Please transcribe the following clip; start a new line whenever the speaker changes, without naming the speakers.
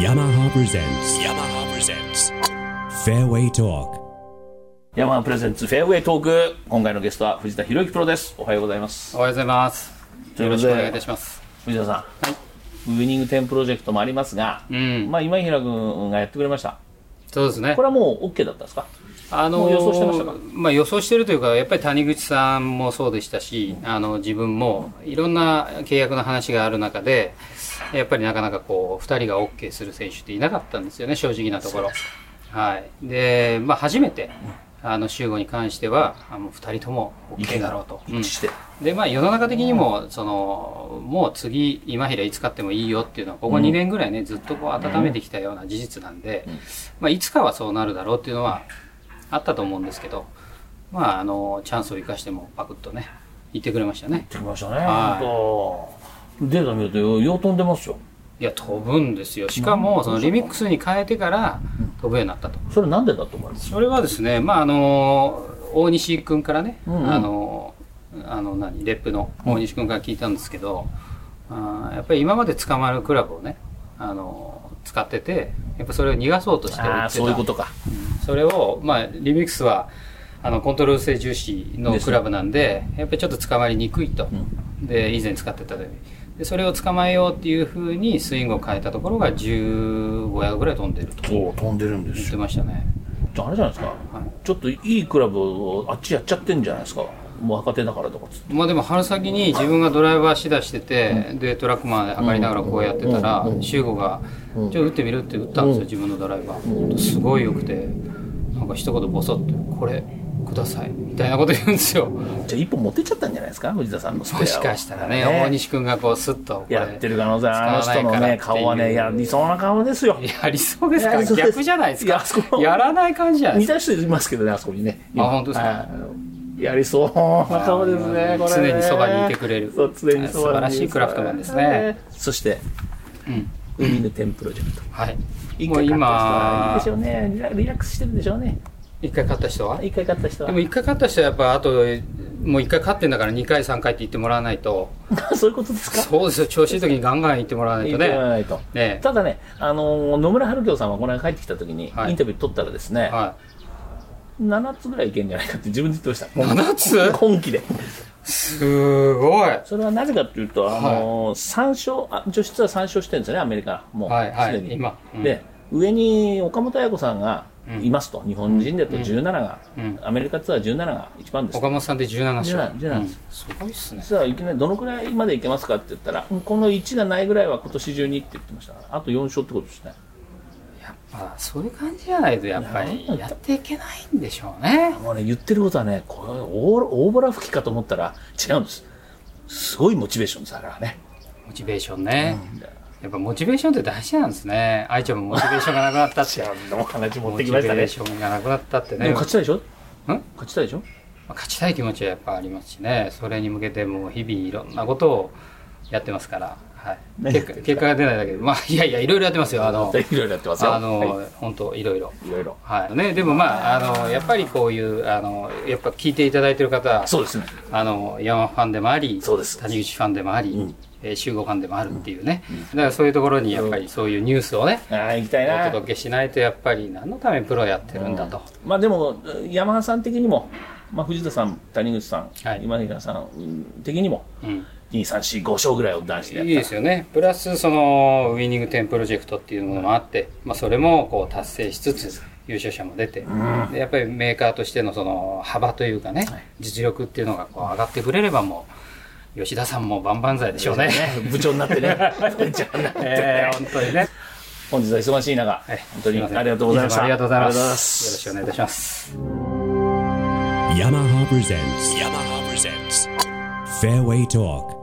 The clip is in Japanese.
yamaha presents yamaha presents fairway talk
ヤマハプレゼンツフェアウェイトーク今回のゲストは藤田博之プロですおはようございます
おはようございます。
とい
よ
うことで
ろしくお願いいたします。
藤田さん、ウィニング10プロジェクトもありますが、
うん
まあ今井平君がやってくれました
そうですね
こ。れはもう OK だったんですか
あ
も
の
う予想してましたか
まあ予想してるというか、やっぱり谷口さんもそうでしたし、あの自分もいろんな契約の話がある中で、やっぱりなかなかこう2人が OK する選手っていなかったんですよね、正直なところ。はい。で、まあ初めて。あの集合に関しては、あの2人とも OK だろうと。
一致して、
でまあ世の中的にもそのもう次今平いつ買ってもいいよっていうのはここ2年ぐらいね、ずっとこう温めてきたような事実なんで、まあ、いつかはそうなるだろうっていうのはあったと思うんですけどまああのチャンスを生かしてもパクッとね言ってくれましたね
できましたね、
はい
本当データ見るとよよう飛んでますよ
いや飛ぶんですよしかもそのリミックスに変えてから飛ぶようになったと
それなんでだと思います
それはですねまああの大西君からね、
んうん
あのあの何レップの大西君から聞いたんですけど、あーやっぱり今まで捕まるクラブをねあの使っててやっぱそれを逃がそうとして打って
あ
た
あそういうことか
それを、まあ、リミックスはあのコントロール性重視のクラブなんでやっぱりちょっと捕まりにくいと、で以前使ってた時でそれを捕まえようっていうふうにスイングを変えたところが15ヤードぐらい飛んでると
そう飛んでるんで
言っ
す
て
よ
ましたね
じゃああれじゃないですか、ちょっといいクラブをあっちやっちゃってんじゃないですかもう若手だからとかっつって
まあでも春先に自分がドライバーしだしてて、でトラックマンで測りながらこうやってたら、シューゴが「じゃあ打ってみる?」って打ったんですよ自分のドライバー、すごい良くてなんか一言ボソッと「これください」みたいなこと言うんですよ
じゃあ一本持ってっちゃったんじゃないですか藤田さんのスペアを
もしかしたらね大西君がこうスッとこれ
やってる可能性あるあの
使わ
人
ない
の
からってい
ね
う
顔はねいや理想な顔ですよ
やりそうです
いや
か
りそうです
逆じゃないです
いやあ
か
そこ
やらない感じじゃないで
似
すか
た人いますけどねあそこにね
あ本当ですか
はいやりそうな顔ですねこれね
常にそばにいてくれる
そう常にそばに
素晴らしいクラフトマンですね
そして
うん
海の天プロジェクト
はい
一
もう
回買った人
今
はいいでしょうねリラリラックスしてるんでしょうね
一回勝った人は
一回買った人は
でも一回勝った人はやっぱあともう一回勝ってんだから2回3回って言ってもらわないと
そういうことですか
そうですよ調子いい時にガンガン言ってもらわないと
言ってやら
ね
ないと
ね
ただね、あのー野村春京さんはこの間帰ってきた時に、
はい
インタビュー取ったらですね、
は
7つぐらいいけんじゃないかって自分で言って
い
ました。
7つ
今期で。
すごい
それはなぜかというと、あのー、三勝、あ女子ツアー3勝してるんですよね、アメリカ。もう、
はいは
すで
い
に。
今、うん
で、上に岡本彩子さんがいますと、日本人でと17が、
うん
アメリカツアー17が一番です。
岡本さんで17勝
17 17
うんすごいっすね
実はいきなりどのくらいまでいけますかって言ったら、うんこの1がないぐらいは今年中にって言ってましたから、あと4勝ってことですね。
まあそういう感じじゃないとやっぱりやっていけないんでしょうね
もうね、言ってることはね、これ大、大ボラ吹きかと思ったら違うんです。すごいモチベーションです、あれはね。
モチベーションね、やっぱモチベーションって大事なんですね愛ちゃんもモチベーションがなくなったって
お話持
モチベーションがなくなったって
でも
ね
勝ちたいでしょ
ん
勝ちたいでしょ
まあ勝ちたい気持ちはやっぱありますしね、それに向けてもう日々いろんなことをやってますから、はい、
何やってるんで
結果
すか
結果が出ないだけで、まあ、いやいや、いろいろやってますよ、あの、
いろいろやってますよ。
あの、
はい
本当、いろいろ。
いろいろ。
はいね、でもまああの、やっぱりこういうあの、やっぱ聞いていただいてる方、
そうですね。
あの山ファンでもあり、
そうです
谷口ファンでもあり、えー集合ファンでもあるっていうね、だからそういうところにやっぱりそういうニュースをね、
ああ、行きたい
お
な。
届けしないと、やっぱり何のためにプロやってるんだと。
まあでも、山田さん的にも、まあ藤田さん、谷口さん、
はい
今平さんうん的にも、
うん
2、3、4、5勝ぐらいを出してやっ
い
た
いですよね。プラス、その、ウィニング10プロジェクトっていうものもあって、まあ、それも、こう、達成しつつ、優勝者も出て、でやっぱりメーカーとしての、その、幅というかね、実力っていうのが、こう、上がってくれれば、もう、吉田さんも万々歳でしょうね。
部長に なってね。部長になってね
えー本当にね。
本日は忙しい中、
はい
本当にありがとうございまし
つ
た。
もありがとうございま。
ありがとうございます
よろ
す
しくお願いいたします。
yamaha presents yamaha presents fairway talk